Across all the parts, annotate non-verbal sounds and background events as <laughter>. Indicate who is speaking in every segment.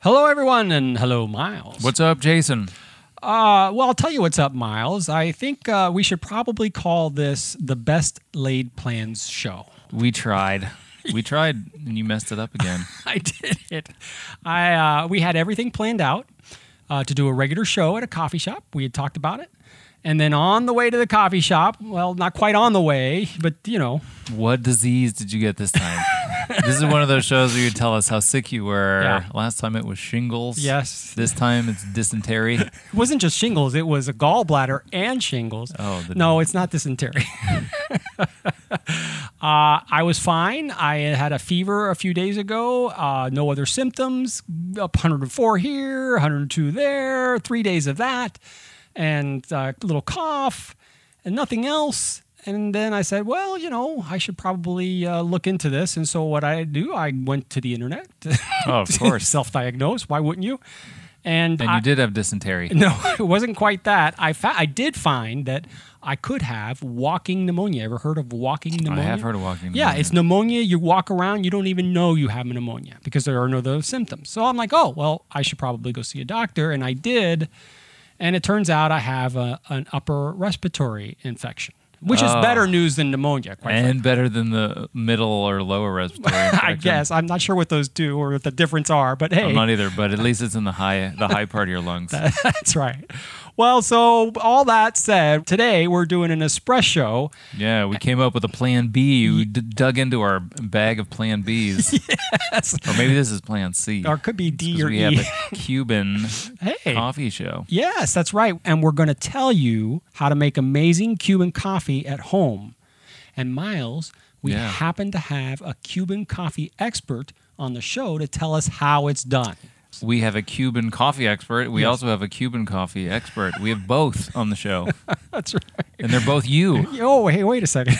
Speaker 1: Hello, everyone, and hello, Miles.
Speaker 2: What's up, Jason?
Speaker 1: Uh, well, I'll tell you what's up, Miles. I think uh, we should probably call this the best laid plans show.
Speaker 2: We tried. We tried, and you messed it up again.
Speaker 1: <laughs> I did it. I uh, we had everything planned out uh, to do a regular show at a coffee shop. We had talked about it, and then on the way to the coffee shop, well, not quite on the way, but you know,
Speaker 2: <laughs> What disease did you get this <laughs> time? this is one of those shows where you tell us how sick you were.
Speaker 1: Yeah.
Speaker 2: Last time it was shingles.
Speaker 1: Yes.
Speaker 2: This time it's dysentery.
Speaker 1: it wasn't just shingles; it was a gallbladder and shingles.
Speaker 2: Oh, the-
Speaker 1: no, it's not dysentery. <laughs> uh, I was fine. I had a fever a few days ago. Uh, no other symptoms. Up 104 here, 102 there. Three days of that, and uh, a little cough, and nothing else. And then I said, well, you know, I should probably uh, look into this. And so what I do, I went to the internet.
Speaker 2: <laughs> Oh, <laughs>
Speaker 1: <laughs>
Speaker 2: of course.
Speaker 1: self-diagnose. Why wouldn't you? And,
Speaker 2: and
Speaker 1: I-
Speaker 2: you did have dysentery.
Speaker 1: no, <laughs> it wasn't quite that. I fa- I did find that I could have walking pneumonia. Ever heard of walking pneumonia?
Speaker 2: have heard of walking
Speaker 1: Yeah,
Speaker 2: pneumonia.
Speaker 1: it's pneumonia. You walk around, you don't even know you have pneumonia because there are no those symptoms. So I'm like, oh well, I should probably go see a doctor, and I did. And it turns out I have a, an upper respiratory infection, which is
Speaker 2: Oh.
Speaker 1: better news than pneumonia. Quite frankly.
Speaker 2: And better than the middle or
Speaker 1: <laughs>
Speaker 2: lower respiratory.
Speaker 1: I
Speaker 2: infection.
Speaker 1: guess I'm not sure what those do or what the difference are, but hey, <laughs>
Speaker 2: I'm not e- either, but at least it's in the high the high part of your lungs.
Speaker 1: That's right. Well, so all that said, today we're doing an espresso.
Speaker 2: <laughs> Yeah, we came up with a plan B. We d- dug into our bag of plan Bs.
Speaker 1: <laughs>
Speaker 2: yes. Or maybe this is plan C.
Speaker 1: Or it could be D
Speaker 2: 'Cause
Speaker 1: or
Speaker 2: we
Speaker 1: E.
Speaker 2: have
Speaker 1: <laughs>
Speaker 2: a Cuban
Speaker 1: Hey.
Speaker 2: coffee show.
Speaker 1: Yes, that's right. And we're going to tell you how to make amazing Cuban coffee at home. And Miles, we
Speaker 2: Yeah.
Speaker 1: happen to have a Cuban coffee expert on the show to tell us how it's done.
Speaker 2: We have a Cuban coffee expert. We
Speaker 1: Yes.
Speaker 2: also have a Cuban coffee expert. We have both on the
Speaker 1: <laughs>
Speaker 2: show,
Speaker 1: That's right.
Speaker 2: and they're both you.
Speaker 1: Oh, hey, wait a second.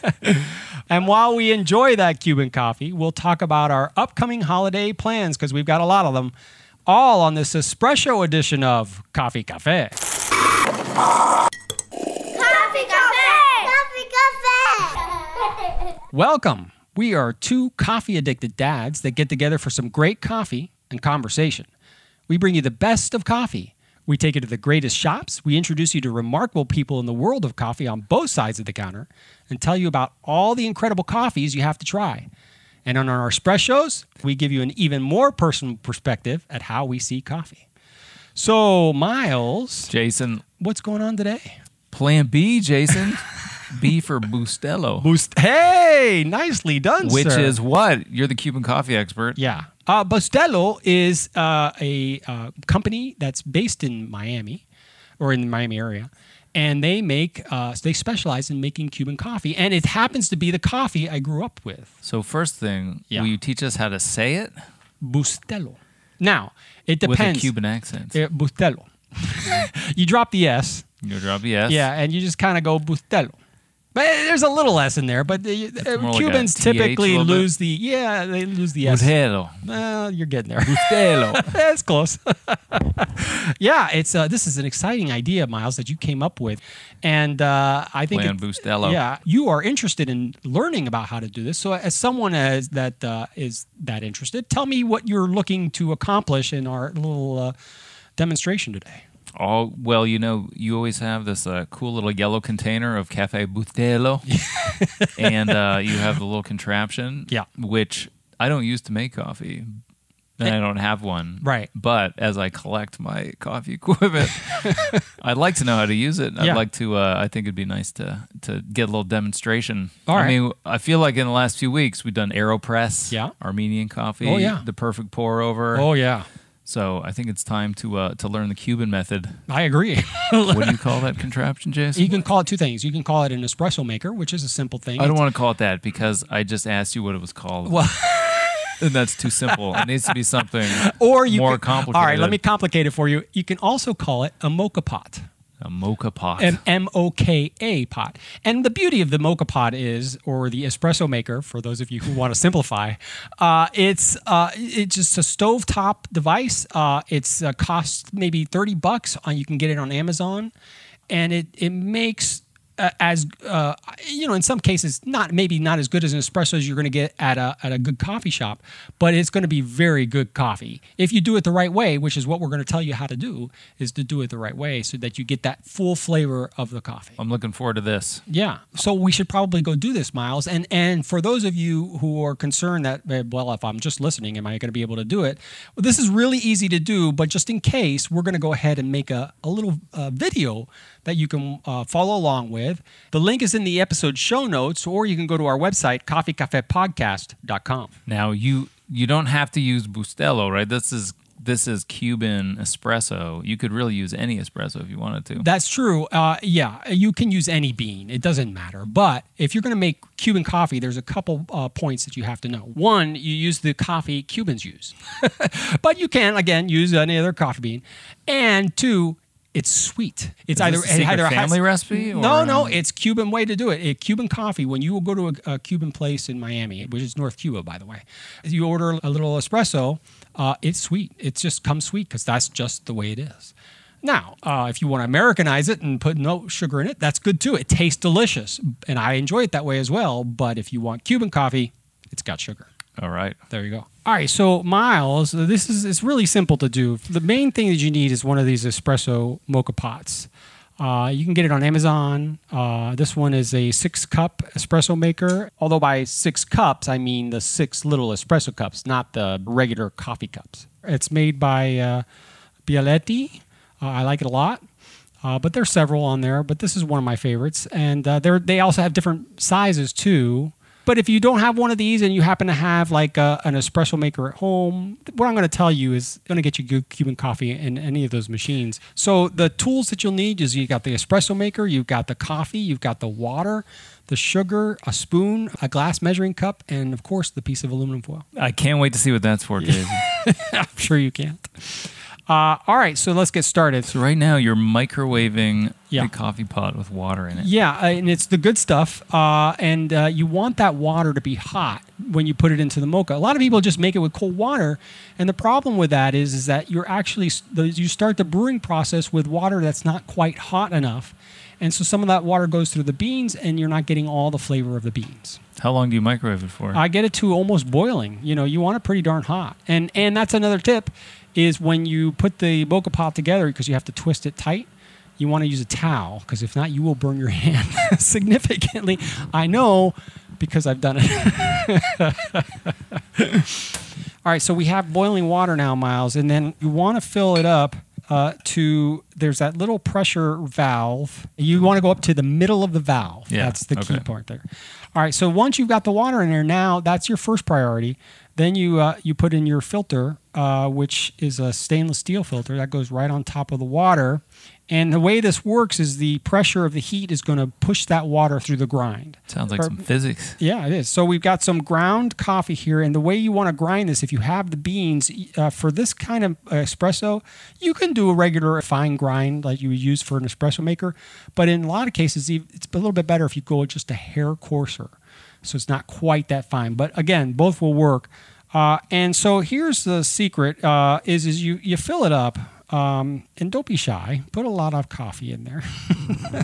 Speaker 1: <laughs> and while we enjoy that Cuban coffee, we'll talk about our upcoming holiday plans because we've got a lot of them, all on this espresso edition of Coffee Cafe.
Speaker 3: Coffee Cafe! Coffee <laughs> Cafe!
Speaker 1: Welcome. We are two coffee addicted dads that get together for some great coffee and conversation. We bring you the best of coffee. We take you to the greatest shops. We introduce you to remarkable people in the world of coffee on both sides of the counter and tell you about all the incredible coffees you have to try. And on our espressos, we give you an even more personal perspective at how we see coffee. So, Miles,
Speaker 2: Jason,
Speaker 1: what's going on today?
Speaker 2: plan B, Jason. B
Speaker 1: <laughs>
Speaker 2: for Bustelo,
Speaker 1: Boost. Hey, nicely done,
Speaker 2: which
Speaker 1: sir.
Speaker 2: is what? You're the Cuban coffee expert.
Speaker 1: Yeah. Uh, Bustelo is uh, a uh, company that's based in Miami or in the Miami area. And they make, uh, they specialize in making Cuban coffee. And it happens to be the coffee I grew up with,
Speaker 2: So first thing,
Speaker 1: Yeah.
Speaker 2: will you teach us how to say it
Speaker 1: Bustelo. Now, it
Speaker 2: with
Speaker 1: depends.
Speaker 2: a Cuban accent?
Speaker 1: Uh, Bustelo. <laughs> you drop the S.
Speaker 2: You drop a yes.
Speaker 1: Yeah. And you just kind of go Bustelo. But uh, there's a little S in there, but the, uh,
Speaker 2: more like a
Speaker 1: Cubans
Speaker 2: TH a
Speaker 1: typically
Speaker 2: little bit.
Speaker 1: lose the, yeah, they lose the S.
Speaker 2: Bustelo.
Speaker 1: Well, you're getting there. <laughs>
Speaker 2: Bustelo.
Speaker 1: That's close. yeah, it's uh, this is an exciting idea, Miles, that you came up with, and uh, I think
Speaker 2: Plan
Speaker 1: it-
Speaker 2: Bustelo.
Speaker 1: Yeah, you are interested in learning about how to do this. So, as someone as that uh, is that interested, tell me what you're looking to accomplish in our little uh, demonstration today.
Speaker 2: Oh well, you know, you always have this uh, cool little yellow container of
Speaker 1: <laughs>
Speaker 2: Cafe Bustelo, and uh, you have the little contraption,
Speaker 1: Yeah.
Speaker 2: which I don't use to make coffee. And I don't have one,
Speaker 1: Eh. Right.
Speaker 2: But as I collect my coffee
Speaker 1: <laughs>
Speaker 2: equipment, I'd like to know how to use it. I'd
Speaker 1: Yeah.
Speaker 2: like to. Uh, I think it'd be nice to to get a little demonstration.
Speaker 1: All
Speaker 2: I
Speaker 1: right.
Speaker 2: mean, I feel like in the last few weeks we've done Aeropress,
Speaker 1: Yeah.
Speaker 2: Armenian coffee,
Speaker 1: Oh, yeah. Oh.
Speaker 2: the perfect pour over.
Speaker 1: yeah,
Speaker 2: So I think it's time to uh, to learn the Cuban method
Speaker 1: I agree. <laughs>
Speaker 2: what do you call that contraption, Jason?
Speaker 1: you can call it two things. You can call it an espresso maker, which is a simple thing.
Speaker 2: I don't want to call it that because I just asked you what it was called.
Speaker 1: Well-
Speaker 2: <laughs> and that's too simple. It needs to be something
Speaker 1: or you
Speaker 2: more
Speaker 1: could-
Speaker 2: complicated.
Speaker 1: All right, let me complicate it for you. You can also call it a mocha pot.
Speaker 2: a mocha pot.
Speaker 1: an M-O-K-A pot. And the beauty of the mocha pot is, or the espresso maker, for those of you who want to simplify, uh, it's uh, it's just a stovetop device. Uh, it's uh, costs maybe thirty bucks. Uh, you can get it on Amazon, and it it makes uh, as uh, you know, in some cases, not maybe not as good as an espresso as you're going to get at a at a good coffee shop, but it's going to be very good coffee if you do it the right way, which is what we're going to tell you how to do is to do it the right way so that you get that full flavor of the coffee.
Speaker 2: I'm looking forward to this.
Speaker 1: Yeah. So we should probably go do this, Miles. And and for those of you who are concerned that eh, well, if I'm just listening, am I going to be able to do it? Well, this is really easy to do, but just in case, we're going to go ahead and make a a little uh, video that you can uh, follow along with. The link is in the episode show notes, or you can go to our website coffeecafepodcast.com.
Speaker 2: Now you you don't have to use Bustelo, right? This is this is Cuban espresso. You could really use any espresso if you wanted to.
Speaker 1: That's true. Uh, yeah, you can use any bean. It doesn't matter. But if you're going to make Cuban coffee, there's a couple uh, points that you have to know. One, you use the coffee Cubans use, but you can again use any other coffee bean. And two, it's sweet. It's
Speaker 2: Is
Speaker 1: either
Speaker 2: this a secret
Speaker 1: either has-
Speaker 2: family recipe, or,
Speaker 1: no, no,
Speaker 2: um,
Speaker 1: it's Cuban way to do it. A Cuban coffee. When you go to a, a Cuban place in Miami, which is North Cuba, by the way, you order a little espresso. Uh, it's sweet. It just comes sweet because that's just the way it is. Now, uh, if you want to Americanize it and put no sugar in it, that's good too. It tastes delicious, and I enjoy it that way as well. But if you want Cuban coffee, it's got sugar.
Speaker 2: All right.
Speaker 1: There you go. All right, so Miles, this is it's really simple to do. The main thing that you need is one of these espresso mocha pots. Uh, you can get it on Amazon. Uh, this one is a six cup espresso maker. Although by six cups, I mean the six little espresso cups, not the regular coffee cups. It's made by uh, Bialetti. Uh, I like it a lot. Uh, but there's several on there, but this is one of my favorites. And uh, they're, they also have different sizes too. But if you don't have one of these and you happen to have like a, an espresso maker at home, what I'm going to tell you is going to get you good Cuban coffee in any of those machines. So the tools that you'll need is you got the espresso maker, you've got the coffee, you've got the water, the sugar, a spoon, a glass measuring cup, and of course the piece of aluminum foil. <laughs>
Speaker 2: I can't wait to see what that's for, Jason.
Speaker 1: I'm sure you can't. Uh, all right, so let's get started.
Speaker 2: <laughs> so right now you're microwaving
Speaker 1: Yeah.
Speaker 2: the coffee pot with water in it.
Speaker 1: Yeah, uh, and it's the good stuff. Uh, and uh, you want that water to be hot when you put it into the mocha. A lot of people just make it with cold water, and the problem with that is is that you're actually the, you start the brewing process with water that's not quite hot enough, and so some of that water goes through the beans, and you're not getting all the flavor of the beans.
Speaker 2: How long do you microwave it for?
Speaker 1: I get it to almost boiling. You know, you want it pretty darn hot. And and that's another tip is when you put the mocha pot together because you have to twist it tight. You want to use a towel because if not, you will burn your <laughs> hand significantly. I know because I've done it. <laughs> All right, so we have boiling water now, Miles, and then you want to fill it up uh, to there's that little pressure valve. You want to go up to the middle of the valve.
Speaker 2: Yeah,
Speaker 1: that's the key
Speaker 2: okay.
Speaker 1: part there. All right, so once you've got the water in there, now that's your first priority. Then you uh, you put in your filter, uh, which is a stainless steel filter that goes right on top of the water. And the way this works is the pressure of the heat is going to push that water through the grind.
Speaker 2: Sounds like
Speaker 1: Or-
Speaker 2: some physics.
Speaker 1: yeah, it is. So we've got some ground coffee here, and the way you want to grind this, if you have the beans uh, for this kind of uh, espresso, you can do a regular fine grind like you would use for an espresso maker. But in a lot of cases, ev- it's a little bit better if you go just a hair coarser, so it's not quite that fine. But again, both will work. Uh, and so here's the secret: uh, is is you you fill it up. Um, and don't be shy. Put a lot of coffee in there.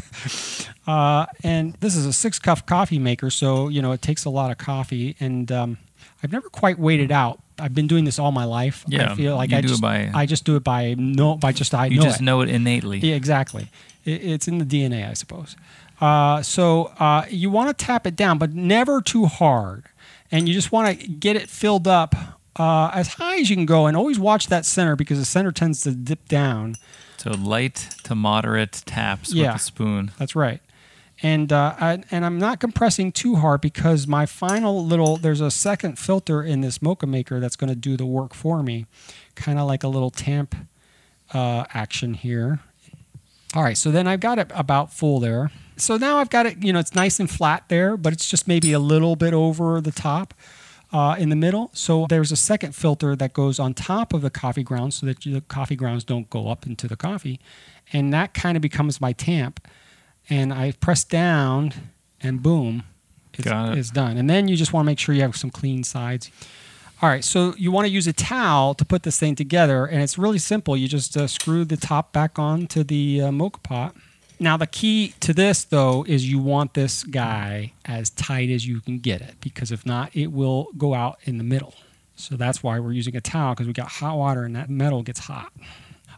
Speaker 1: <laughs> Uh, and this is a six cup coffee maker, so you know it takes a lot of coffee. And um, I've never quite weighed it out. I've been doing this all my life. I
Speaker 2: Yeah,
Speaker 1: feel like
Speaker 2: you
Speaker 1: I
Speaker 2: do it
Speaker 1: just
Speaker 2: by-
Speaker 1: I just do it by no by just I
Speaker 2: You
Speaker 1: know
Speaker 2: just
Speaker 1: it.
Speaker 2: know it innately.
Speaker 1: Yeah, exactly. It, it's in the DNA, I suppose. Uh, so uh, you want to tap it down, but never too hard. And you just want to get it filled up uh, as high as you can go, and always watch that center because the center tends to dip down.
Speaker 2: So light to moderate taps
Speaker 1: Yeah.
Speaker 2: with a spoon.
Speaker 1: That's right. And uh, I, and I'm not compressing too hard because my final little there's a second filter in this mocha maker that's going to do the work for me, kind of like a little tamp uh, action here. All right, so then I've got it about full there. So now I've got it, you know, it's nice and flat there, but it's just maybe a little bit over the top uh, in the middle. So there's a second filter that goes on top of the coffee grounds so that you- the coffee grounds don't go up into the coffee. And that kind of becomes my tamp. And I press down and boom, it's,
Speaker 2: Got it.
Speaker 1: it's done. And then you just want to make sure you have some clean sides. All right, so you want to use a towel to put this thing together, and it's really simple. You just uh, screw the top back onto the uh, mocha pot. Now the key to this though is you want this guy as tight as you can get it because if not it will go out in the middle. So that's why we're using a towel because we got hot water and that metal gets hot.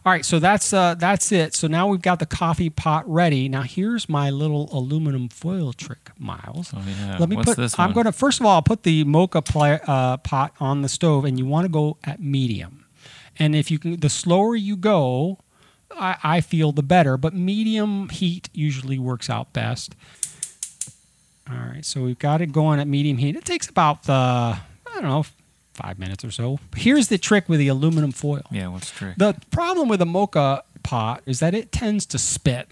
Speaker 1: All right, so that's uh, that's it. So now we've got the coffee pot ready. Now here's my little aluminum foil trick, Miles.
Speaker 2: Oh, yeah.
Speaker 1: Let me
Speaker 2: What's
Speaker 1: put.
Speaker 2: this
Speaker 1: I'm
Speaker 2: one?
Speaker 1: going to first of all I'll put the mocha pla uh, pot on the stove, and you want to go at medium. And if you can, the slower you go, I, I feel the better. But medium heat usually works out best. All right, so we've got it going at medium heat. It takes about the I don't know five minutes or so. Here's the trick with the aluminum foil.
Speaker 2: Yeah, what's the trick?
Speaker 1: The problem with a mocha pot is that it tends to spit.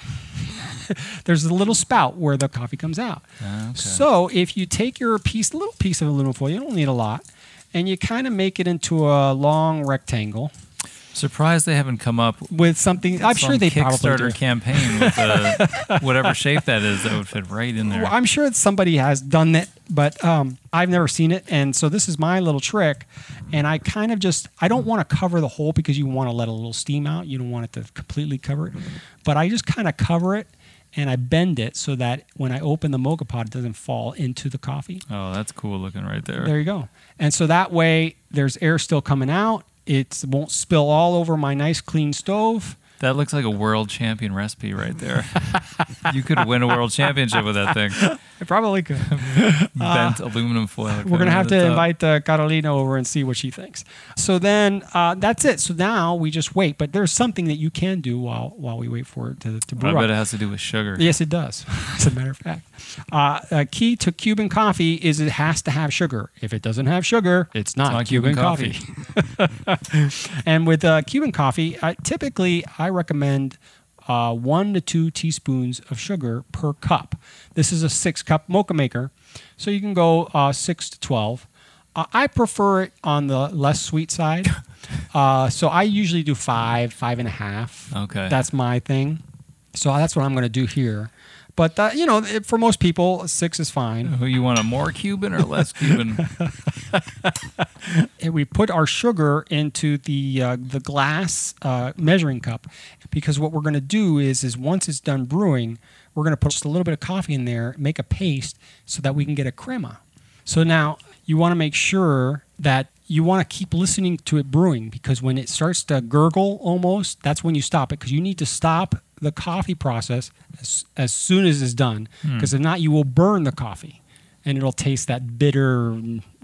Speaker 1: <laughs> There's a little spout where the coffee comes out.
Speaker 2: Ah, okay.
Speaker 1: So if you take your piece, little piece of aluminum foil, you don't need a lot, and you kind of make it into a long rectangle
Speaker 2: Surprised they haven't come up.
Speaker 1: with something. I'm sure
Speaker 2: some
Speaker 1: they probably do.
Speaker 2: Kickstarter campaign with
Speaker 1: <laughs>
Speaker 2: uh whatever shape that is that would fit right in there.
Speaker 1: Well, I'm sure that somebody has done it, but um, I've never seen it. And so this is my little trick. And I kind of just, I don't want to cover the hole because you want to let a little steam out. You don't want it to completely cover it. But I just kind of cover it and I bend it so that when I open the mocha pot, it doesn't fall into the coffee.
Speaker 2: oh, that's cool looking right there.
Speaker 1: There you go. And so that way there's air still coming out. It won't spill all over my nice clean stove.
Speaker 2: That looks like a world champion recipe
Speaker 1: <laughs>
Speaker 2: right there. you could win a world championship with that thing.
Speaker 1: I probably could.
Speaker 2: Bent aluminum foil.
Speaker 1: Uh, We're
Speaker 2: coming
Speaker 1: gonna have
Speaker 2: to the
Speaker 1: to
Speaker 2: top.
Speaker 1: invite uh, Carolina over and see what she thinks. So then uh, that's it. So now we just wait. But there's something that you can do while while we wait for it to, to brew
Speaker 2: I bet
Speaker 1: up.
Speaker 2: it has to do with sugar.
Speaker 1: Yes, it does. <laughs> As a matter of fact, uh, a key to Cuban coffee is it has to have sugar. If it doesn't have sugar, it's not,
Speaker 2: not
Speaker 1: Cuban,
Speaker 2: Cuban
Speaker 1: coffee. <laughs> and with uh, Cuban coffee, I, typically I recommend uh, one to two teaspoons of sugar per cup. This is a six cup mocha maker, so you can go uh, six to 12. Uh, I prefer it on the less sweet <laughs> side. Uh, so I usually do five, five and a half.
Speaker 2: Okay.
Speaker 1: That's my thing. So that's what I'm going to do here. But, uh, you know, it, for most people, six is fine.
Speaker 2: Who you want a more Cuban or less Cuban?
Speaker 1: <laughs> and eh, we put our sugar into the uh, the glass uh, measuring cup because what we're going to do is is once it's done brewing, we're going to put just a little bit of coffee in there, make a paste so that we can get a crema. So now you want to make sure that you want to keep listening to it brewing because when it starts to gurgle almost, that's when you stop it because you need to stop the coffee process as, as soon as it's done because if not, you will burn the coffee and it'll taste that bitter,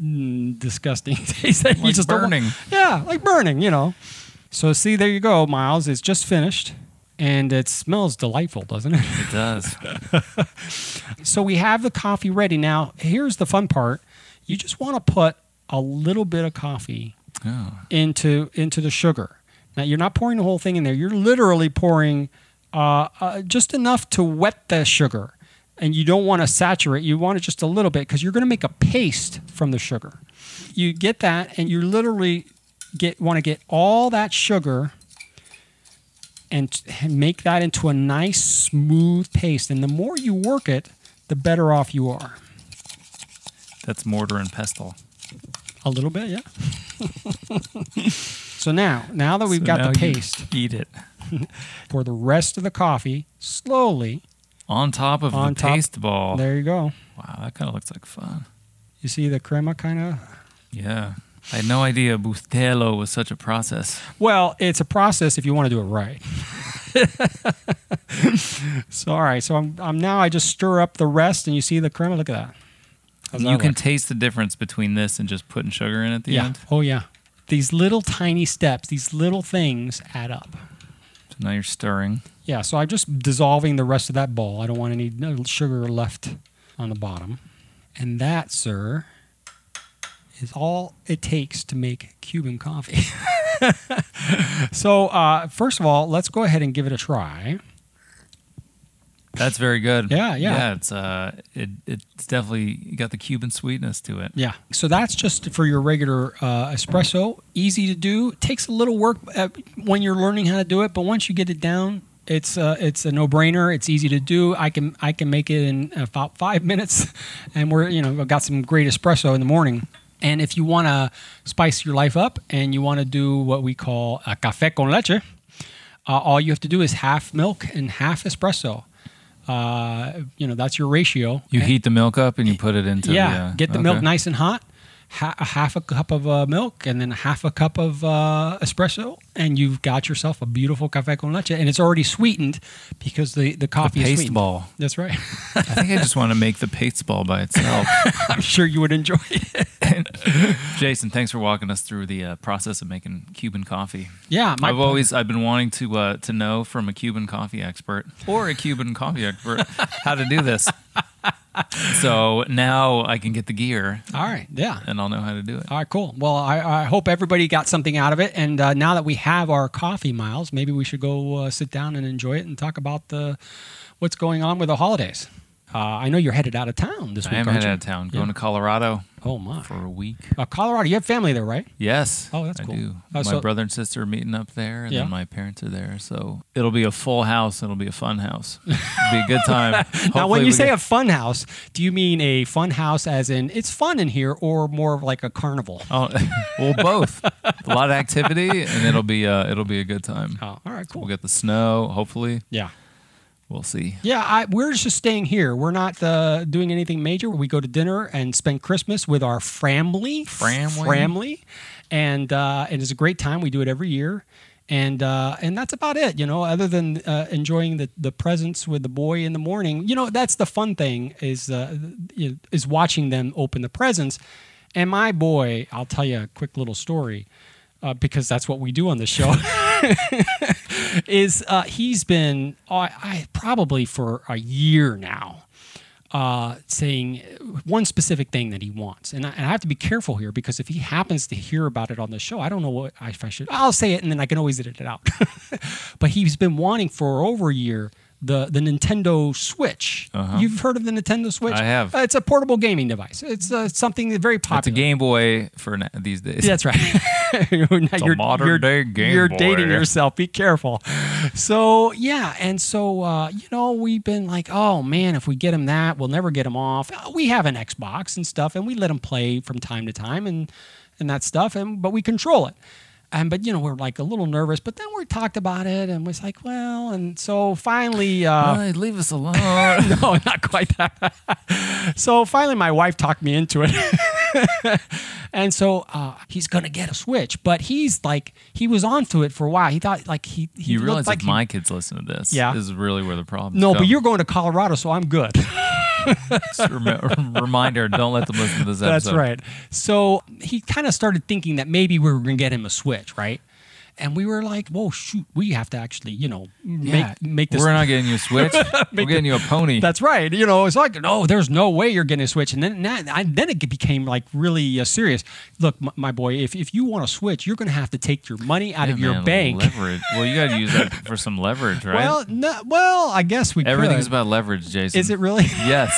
Speaker 1: mm, disgusting <laughs> taste that you
Speaker 2: Like
Speaker 1: just don't want-
Speaker 2: burning.
Speaker 1: yeah, like burning, you know. So see, there you go, Miles. It's just finished, and it smells delightful, doesn't it?
Speaker 2: <laughs> It does.
Speaker 1: so we have the coffee ready now. Here's the fun part: you just want to put a little bit of coffee
Speaker 2: Oh,
Speaker 1: into into the sugar. Now you're not pouring the whole thing in there. You're literally pouring uh, uh, just enough to wet the sugar, and you don't want to saturate. You want it just a little bit because you're going to make a paste from the sugar. You get that, and you literally get want to get all that sugar and t- and make that into a nice smooth paste. And the more you work it, the better off you are.
Speaker 2: that's mortar and pestle.
Speaker 1: A little bit, yeah. <laughs> so now, now that we've
Speaker 2: So
Speaker 1: got
Speaker 2: now
Speaker 1: the
Speaker 2: you
Speaker 1: paste,
Speaker 2: Eat it
Speaker 1: pour the rest of the coffee slowly.
Speaker 2: on top of
Speaker 1: On
Speaker 2: the
Speaker 1: top.
Speaker 2: paste ball.
Speaker 1: There you go.
Speaker 2: Wow, that kind of looks like fun.
Speaker 1: You see the crema kind of.
Speaker 2: Yeah. I had no idea Bustelo was such a process.
Speaker 1: Well, it's a process if you want to do it right. <laughs> so all right, so I'm, I'm now I just stir up the rest, and you see the crema. Look at that. How's
Speaker 2: you
Speaker 1: that
Speaker 2: can
Speaker 1: look?
Speaker 2: taste the difference between this and just putting sugar in at the
Speaker 1: yeah.
Speaker 2: end.
Speaker 1: Oh yeah. These little tiny steps, these little things add up.
Speaker 2: So now you're stirring.
Speaker 1: Yeah, so I'm just dissolving the rest of that bowl. I don't want any no sugar left on the bottom. And that, sir, is all it takes to make Cuban coffee. <laughs> so, uh, first of all, let's go ahead and give it a try.
Speaker 2: That's very good.
Speaker 1: Yeah, yeah.
Speaker 2: Yeah, it's uh it it's definitely got the Cuban sweetness to it.
Speaker 1: Yeah. So that's just for your regular uh, espresso. Easy to do. Takes a little work uh, when you're learning how to do it, but once you get it down, it's uh, it's a no-brainer. It's easy to do. I can I can make it in about five minutes, <laughs> and we're you know I've got some great espresso in the morning. And if you want to spice your life up and you want to do what we call a café con leche, uh, all you have to do is half milk and half espresso. Uh, you know, that's your ratio.
Speaker 2: You
Speaker 1: And-
Speaker 2: heat the milk up and you put it into
Speaker 1: yeah,
Speaker 2: the, uh,
Speaker 1: get the milk
Speaker 2: okay.
Speaker 1: nice and hot. Ha- a half a cup of uh, milk and then half a cup of uh, espresso, and you've got yourself a beautiful cafe con leche. And it's already sweetened because the, the coffee is
Speaker 2: paste
Speaker 1: sweetened.
Speaker 2: ball.
Speaker 1: That's
Speaker 2: <laughs>
Speaker 1: right. <laughs>
Speaker 2: I think I just want to make the paste ball by itself.
Speaker 1: I'm sure you would enjoy it.
Speaker 2: Jason, thanks for walking us through the uh, process of making Cuban coffee.
Speaker 1: Yeah, my
Speaker 2: I've always I've been wanting to uh, to know from a Cuban coffee expert or a Cuban
Speaker 1: <laughs>
Speaker 2: coffee expert how to do this. So now I can get the gear
Speaker 1: All right. Yeah.
Speaker 2: and I'll know how to do it.
Speaker 1: All right, cool. Well, I, I hope everybody got something out of it. And uh, now that we have our coffee miles, maybe we should go uh, sit down and enjoy it and talk about the what's going on with the holidays. Uh, I know you're headed out of town this
Speaker 2: I
Speaker 1: week.
Speaker 2: am
Speaker 1: aren't
Speaker 2: headed
Speaker 1: you?
Speaker 2: out of town, going to Colorado
Speaker 1: Oh my,
Speaker 2: for a week.
Speaker 1: uh, Colorado. You have family there, right?
Speaker 2: Yes.
Speaker 1: Oh, that's
Speaker 2: I
Speaker 1: cool.
Speaker 2: do.
Speaker 1: Oh,
Speaker 2: my
Speaker 1: so-
Speaker 2: brother and sister are meeting up there, and
Speaker 1: Yeah.
Speaker 2: then my parents are there. So it'll be a full house. It'll be a fun house. It'll be a good
Speaker 1: <laughs>
Speaker 2: time.
Speaker 1: now,
Speaker 2: Hopefully
Speaker 1: when
Speaker 2: we
Speaker 1: you say
Speaker 2: get-
Speaker 1: a fun house, do you mean a fun house as in it's fun in here, or more of like a carnival?
Speaker 2: <laughs> Oh, well, both. a lot of activity, and it'll be uh, it'll be a good time.
Speaker 1: Oh, all right, cool.
Speaker 2: We'll get the snow. Hopefully,
Speaker 1: Yeah.
Speaker 2: we'll see.
Speaker 1: Yeah, I, we're just staying here. We're not uh, doing anything major. We go to dinner and spend Christmas with our family.
Speaker 2: Framly?
Speaker 1: Family. And, uh, and it's a great time. We do it every year. And, uh, and that's about it, you know, other than uh, enjoying the, the presents with the boy in the morning. You know, that's the fun thing is, uh, you know, is watching them open the presents. And my boy, I'll tell you a quick little story uh, because that's what we do on the show. <laughs> is uh, he's been I, I probably for a year now uh, saying one specific thing that he wants, and I, and I have to be careful here because if he happens to hear about it on the show, I don't know what I, if I should. I'll say it, and then I can always edit it out. <laughs> but he's been wanting for over a year. The, the Nintendo Switch. You've heard of the Nintendo Switch?
Speaker 2: Uh-huh. I have.
Speaker 1: Uh, it's a portable gaming device. It's uh, something that's very popular.
Speaker 2: It's a Game Boy for na- these days. <laughs>
Speaker 1: That's right. <laughs> it's
Speaker 2: a modern day Game
Speaker 1: You're
Speaker 2: Boy.
Speaker 1: dating yourself. Be careful. So yeah, and so uh, you know we've been like, oh man, if we get him that, we'll never get him off. Uh, We have an Xbox and stuff, and we let him play from time to time and and that stuff, and but we control it. And but you know we're like a little nervous, but then we talked about it and was like, well, and so finally. Uh,
Speaker 2: Hey, leave us
Speaker 1: <laughs>
Speaker 2: alone.
Speaker 1: no, not quite that. <laughs> so finally, my wife talked me into it. <laughs> and so uh, he's going to get a Switch, but he's like, he was on to it for a while. He thought, like, he, he
Speaker 2: you
Speaker 1: looked
Speaker 2: realize
Speaker 1: like
Speaker 2: if
Speaker 1: he-
Speaker 2: my kids listen to this,
Speaker 1: Yeah.
Speaker 2: this is really where the problem.
Speaker 1: No, but
Speaker 2: <laughs>
Speaker 1: you're going to Colorado, so I'm good. <laughs>
Speaker 2: reminder. Don't let them listen to this episode.
Speaker 1: That's right. So he kind of started thinking that maybe we were going to get him a Switch, right? And we were like, "Whoa, shoot! We have to actually, you know,
Speaker 2: Yeah.
Speaker 1: make make this
Speaker 2: We're not getting you
Speaker 1: <laughs>
Speaker 2: a switch. We're getting you a pony.
Speaker 1: That's right. You know, it's like, no, there's no way you're getting a Switch. And then that, I, then it became like really uh, serious. Look, m- my boy, if, if you want a Switch, you're going to have to take your money out
Speaker 2: Yeah,
Speaker 1: of your
Speaker 2: man,
Speaker 1: bank.
Speaker 2: Leverage. Well, you got to use that for some leverage, right?
Speaker 1: Well, no, well, I guess we
Speaker 2: Everything's
Speaker 1: could.
Speaker 2: about leverage, Jason.
Speaker 1: Is it really?
Speaker 2: <laughs>
Speaker 1: <laughs>
Speaker 2: Yes.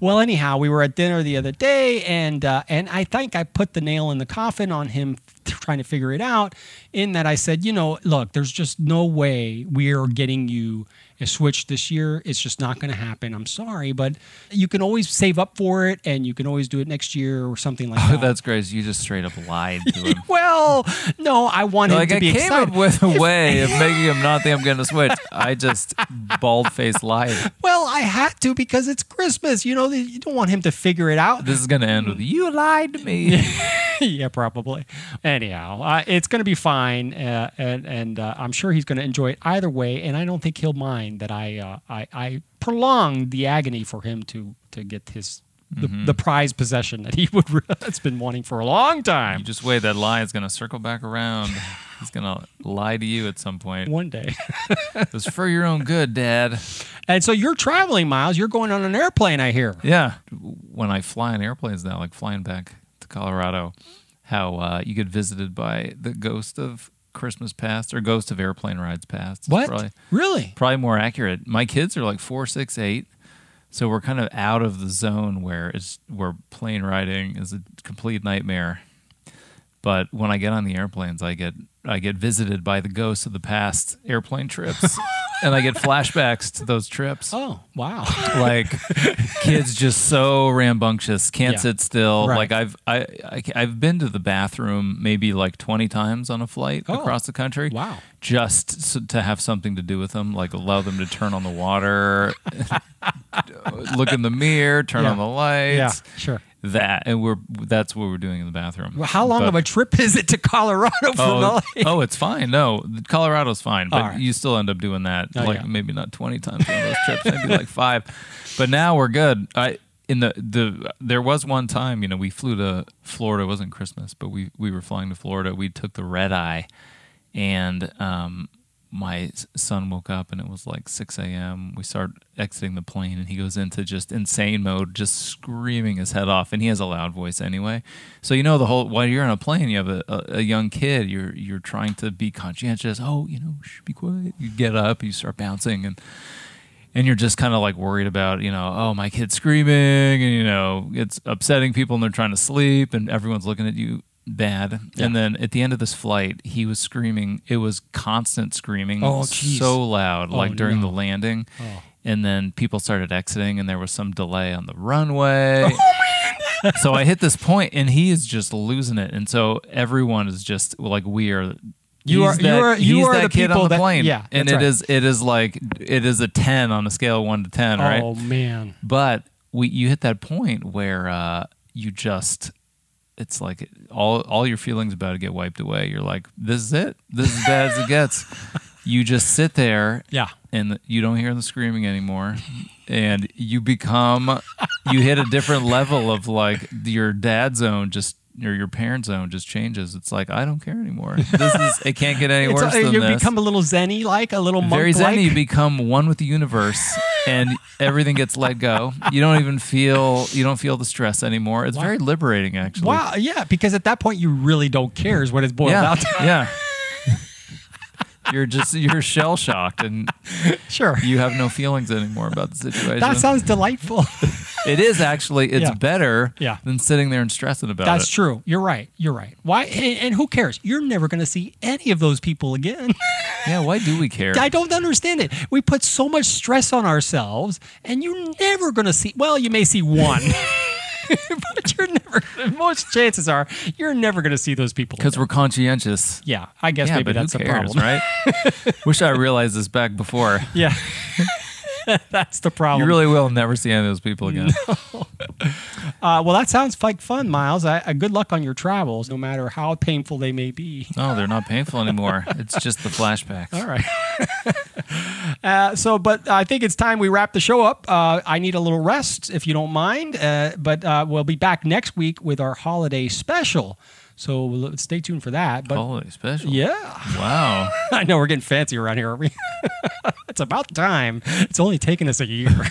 Speaker 1: well, anyhow, we were at dinner the other day, and uh, and I think I put the nail in the coffin on him f- trying to figure it out. In that I said, you know, look, there's just no way we are getting you a switch this year. It's just not going to happen. I'm sorry, but you can always save up for it, and you can always do it next year or something like
Speaker 2: Oh,
Speaker 1: that.
Speaker 2: that's great. You just straight up lied
Speaker 1: <laughs>
Speaker 2: to him.
Speaker 1: well, no, I want him
Speaker 2: like
Speaker 1: to
Speaker 2: I
Speaker 1: be
Speaker 2: came
Speaker 1: excited.
Speaker 2: up with a way of making him not think I'm going to switch. I just bald faced lied.
Speaker 1: well, I had to because it's Christmas. You know, you don't want him to figure it out.
Speaker 2: This is going to end with you lied to me.
Speaker 1: <laughs> yeah, probably. Anyhow, uh, it's going to be fine, uh, and and uh, I'm sure he's going to enjoy it either way. And I don't think he'll mind that I uh, I, I prolonged the agony for him to to get his the,
Speaker 2: Mm-hmm.
Speaker 1: the prize possession that he would <laughs> re- that's been wanting for a long
Speaker 2: You
Speaker 1: time.
Speaker 2: just wait. That lie is going to circle back around. He's going to lie to you at some point.
Speaker 1: One day,
Speaker 2: It was for your own good, Dad.
Speaker 1: <laughs> and so you're traveling, Miles. You're going on an airplane, I hear.
Speaker 2: Yeah. When I fly in airplanes now, like flying back to Colorado, how uh, you get visited by the ghost of Christmas past or ghost of airplane rides past. It's
Speaker 1: What?
Speaker 2: Probably,
Speaker 1: Really?
Speaker 2: probably more accurate. My kids are like four, six, eight. So we're kind of out of the zone where it's where plane riding is a complete nightmare. But
Speaker 1: <laughs>
Speaker 2: when I get on the airplanes, I get I get visited by the ghosts of the past airplane trips. and I get flashbacks to those trips.
Speaker 1: Oh,
Speaker 2: <laughs>
Speaker 1: wow.
Speaker 2: like kids just so rambunctious can't
Speaker 1: Yeah.
Speaker 2: sit still
Speaker 1: Right.
Speaker 2: like i've I, I i've been to the bathroom maybe like 20 times on a flight
Speaker 1: Oh.
Speaker 2: across the country
Speaker 1: Wow.
Speaker 2: just so, to have something to do with them like allow them to turn on the water <laughs> look in the mirror turn
Speaker 1: Yeah.
Speaker 2: on the lights
Speaker 1: sure.
Speaker 2: that and we're that's what we're doing in the bathroom
Speaker 1: Well, how long
Speaker 2: But-
Speaker 1: of a trip is it to Colorado from
Speaker 2: Oh,
Speaker 1: LA?
Speaker 2: <laughs> oh, it's fine. No, Colorado's fine, but
Speaker 1: All right.
Speaker 2: you still end up doing that.
Speaker 1: Oh,
Speaker 2: like
Speaker 1: yeah.
Speaker 2: maybe not twenty times on those trips,
Speaker 1: <laughs>
Speaker 2: maybe like five. But now we're good. I in the the there was one time you know we flew to Florida. It wasn't Christmas, but we we were flying to Florida. We took the red eye, and um. My s- son woke up and it was like 6 a.m. We start exiting the plane and he goes into just insane mode, just screaming his head off. And he has a loud voice anyway, so you know the whole while you're on a plane, you have a, a, a young kid. You're you're trying to be conscientious. Oh, you know, shh, be quiet. You get up, you start bouncing, and and you're just kind of like worried about you know, oh, my kid's screaming, and you know, it's upsetting people, and they're trying to sleep, and everyone's looking at you bad. And then at the end of this flight, he was screaming. It was constant screaming,
Speaker 1: Oh, geez.
Speaker 2: so loud, like during the landing.
Speaker 1: Oh.
Speaker 2: And then people started exiting, and there was some delay on the
Speaker 1: Oh,
Speaker 2: runway <laughs> so I hit this point, and he is just losing it, and so everyone is just like we are.
Speaker 1: You
Speaker 2: he's
Speaker 1: are- you
Speaker 2: that,
Speaker 1: are- you
Speaker 2: he's
Speaker 1: are
Speaker 2: that
Speaker 1: the
Speaker 2: kid
Speaker 1: people
Speaker 2: on the
Speaker 1: that-
Speaker 2: plane,
Speaker 1: yeah,
Speaker 2: and
Speaker 1: that's
Speaker 2: it
Speaker 1: right.
Speaker 2: is it is like it is a ten on a scale of one to ten, right?
Speaker 1: Oh, man.
Speaker 2: But we you hit that point where uh, you just it's like all all your feelings about it get wiped away. You're like, this is it. This is as bad as
Speaker 1: <laughs>
Speaker 2: it gets. You just sit there
Speaker 1: Yeah.
Speaker 2: and you don't hear the screaming anymore and you become you hit a different level of like your dad zone just or your parent zone just changes it's like i don't care anymore this is it can't get any
Speaker 1: It's-
Speaker 2: worse
Speaker 1: uh,
Speaker 2: than
Speaker 1: you
Speaker 2: this
Speaker 1: become a little zenny like, a little monk
Speaker 2: very zen you become one with the universe and everything gets let go you don't even feel you don't feel the stress anymore it's very liberating actually
Speaker 1: Wow, yeah, because at that point you really don't care is what it's boiled
Speaker 2: yeah
Speaker 1: down
Speaker 2: <laughs>
Speaker 1: to.
Speaker 2: yeah you're just you're shell shocked and
Speaker 1: Sure.
Speaker 2: you have no feelings anymore about the situation
Speaker 1: that sounds
Speaker 2: <laughs>
Speaker 1: delightful.
Speaker 2: It is actually. It's
Speaker 1: Yeah.
Speaker 2: better
Speaker 1: Yeah.
Speaker 2: than sitting there and stressing about
Speaker 1: That's
Speaker 2: it.
Speaker 1: true. You're right. You're right. Why? And, and who cares? You're never going to see any of those people again. <laughs>
Speaker 2: Yeah. Why do we care?
Speaker 1: I don't understand it. We put so much stress on ourselves, and you're never going to see. Well, you may see
Speaker 2: <laughs>
Speaker 1: one, <laughs> but you're never. Most chances are you're never going to see those people.
Speaker 2: Because
Speaker 1: again.
Speaker 2: we're conscientious.
Speaker 1: yeah, I guess
Speaker 2: yeah,
Speaker 1: maybe
Speaker 2: but
Speaker 1: that's
Speaker 2: who
Speaker 1: the
Speaker 2: cares,
Speaker 1: problem.
Speaker 2: right? Wish I realized this back before.
Speaker 1: <laughs> Yeah, <laughs> that's the problem.
Speaker 2: You really will never see any of those people again.
Speaker 1: Uh, well, that sounds like fun, Miles. I, I, good luck on your travels, no matter how painful they may be.
Speaker 2: No, they're not painful anymore. It's just the flashbacks.
Speaker 1: <laughs> All right. <laughs> uh, so, but I think it's time we wrap the show up. Uh, I need a little rest, if you don't mind. Uh, but uh, we'll be back next week with our holiday special. So we'll- stay tuned for that. But
Speaker 2: Holy special.
Speaker 1: yeah,
Speaker 2: Wow.
Speaker 1: <laughs> I know we're getting fancy around here, are we? <laughs> it's about time. It's only taken us a year. <laughs>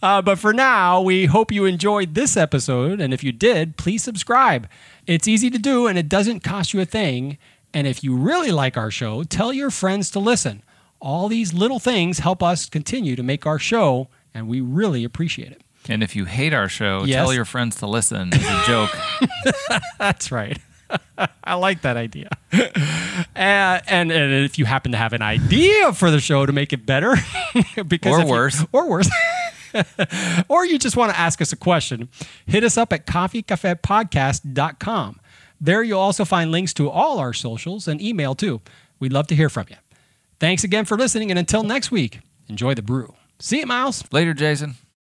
Speaker 1: Uh, but for now, we hope you enjoyed this episode. And if you did, please subscribe. It's easy to do and it doesn't cost you a thing. And if you really like our show, tell your friends to listen. All these little things help us continue to make our show, and we really appreciate it.
Speaker 2: And if you hate our show,
Speaker 1: Yes.
Speaker 2: tell your friends to listen. It's a joke.
Speaker 1: <laughs> That's right. I like that idea. <laughs> and, and and if you happen to have an idea for the show to make it better, <laughs> because
Speaker 2: Or
Speaker 1: if you-
Speaker 2: worse.
Speaker 1: or worse, <laughs> or you just want to ask us a question, hit us up at coffeecafepodcast.com. There you'll also find links to all our socials and email too. We'd love to hear from you. Thanks again for listening, and until next week, enjoy the brew. See you, Miles.
Speaker 2: Later, Jason.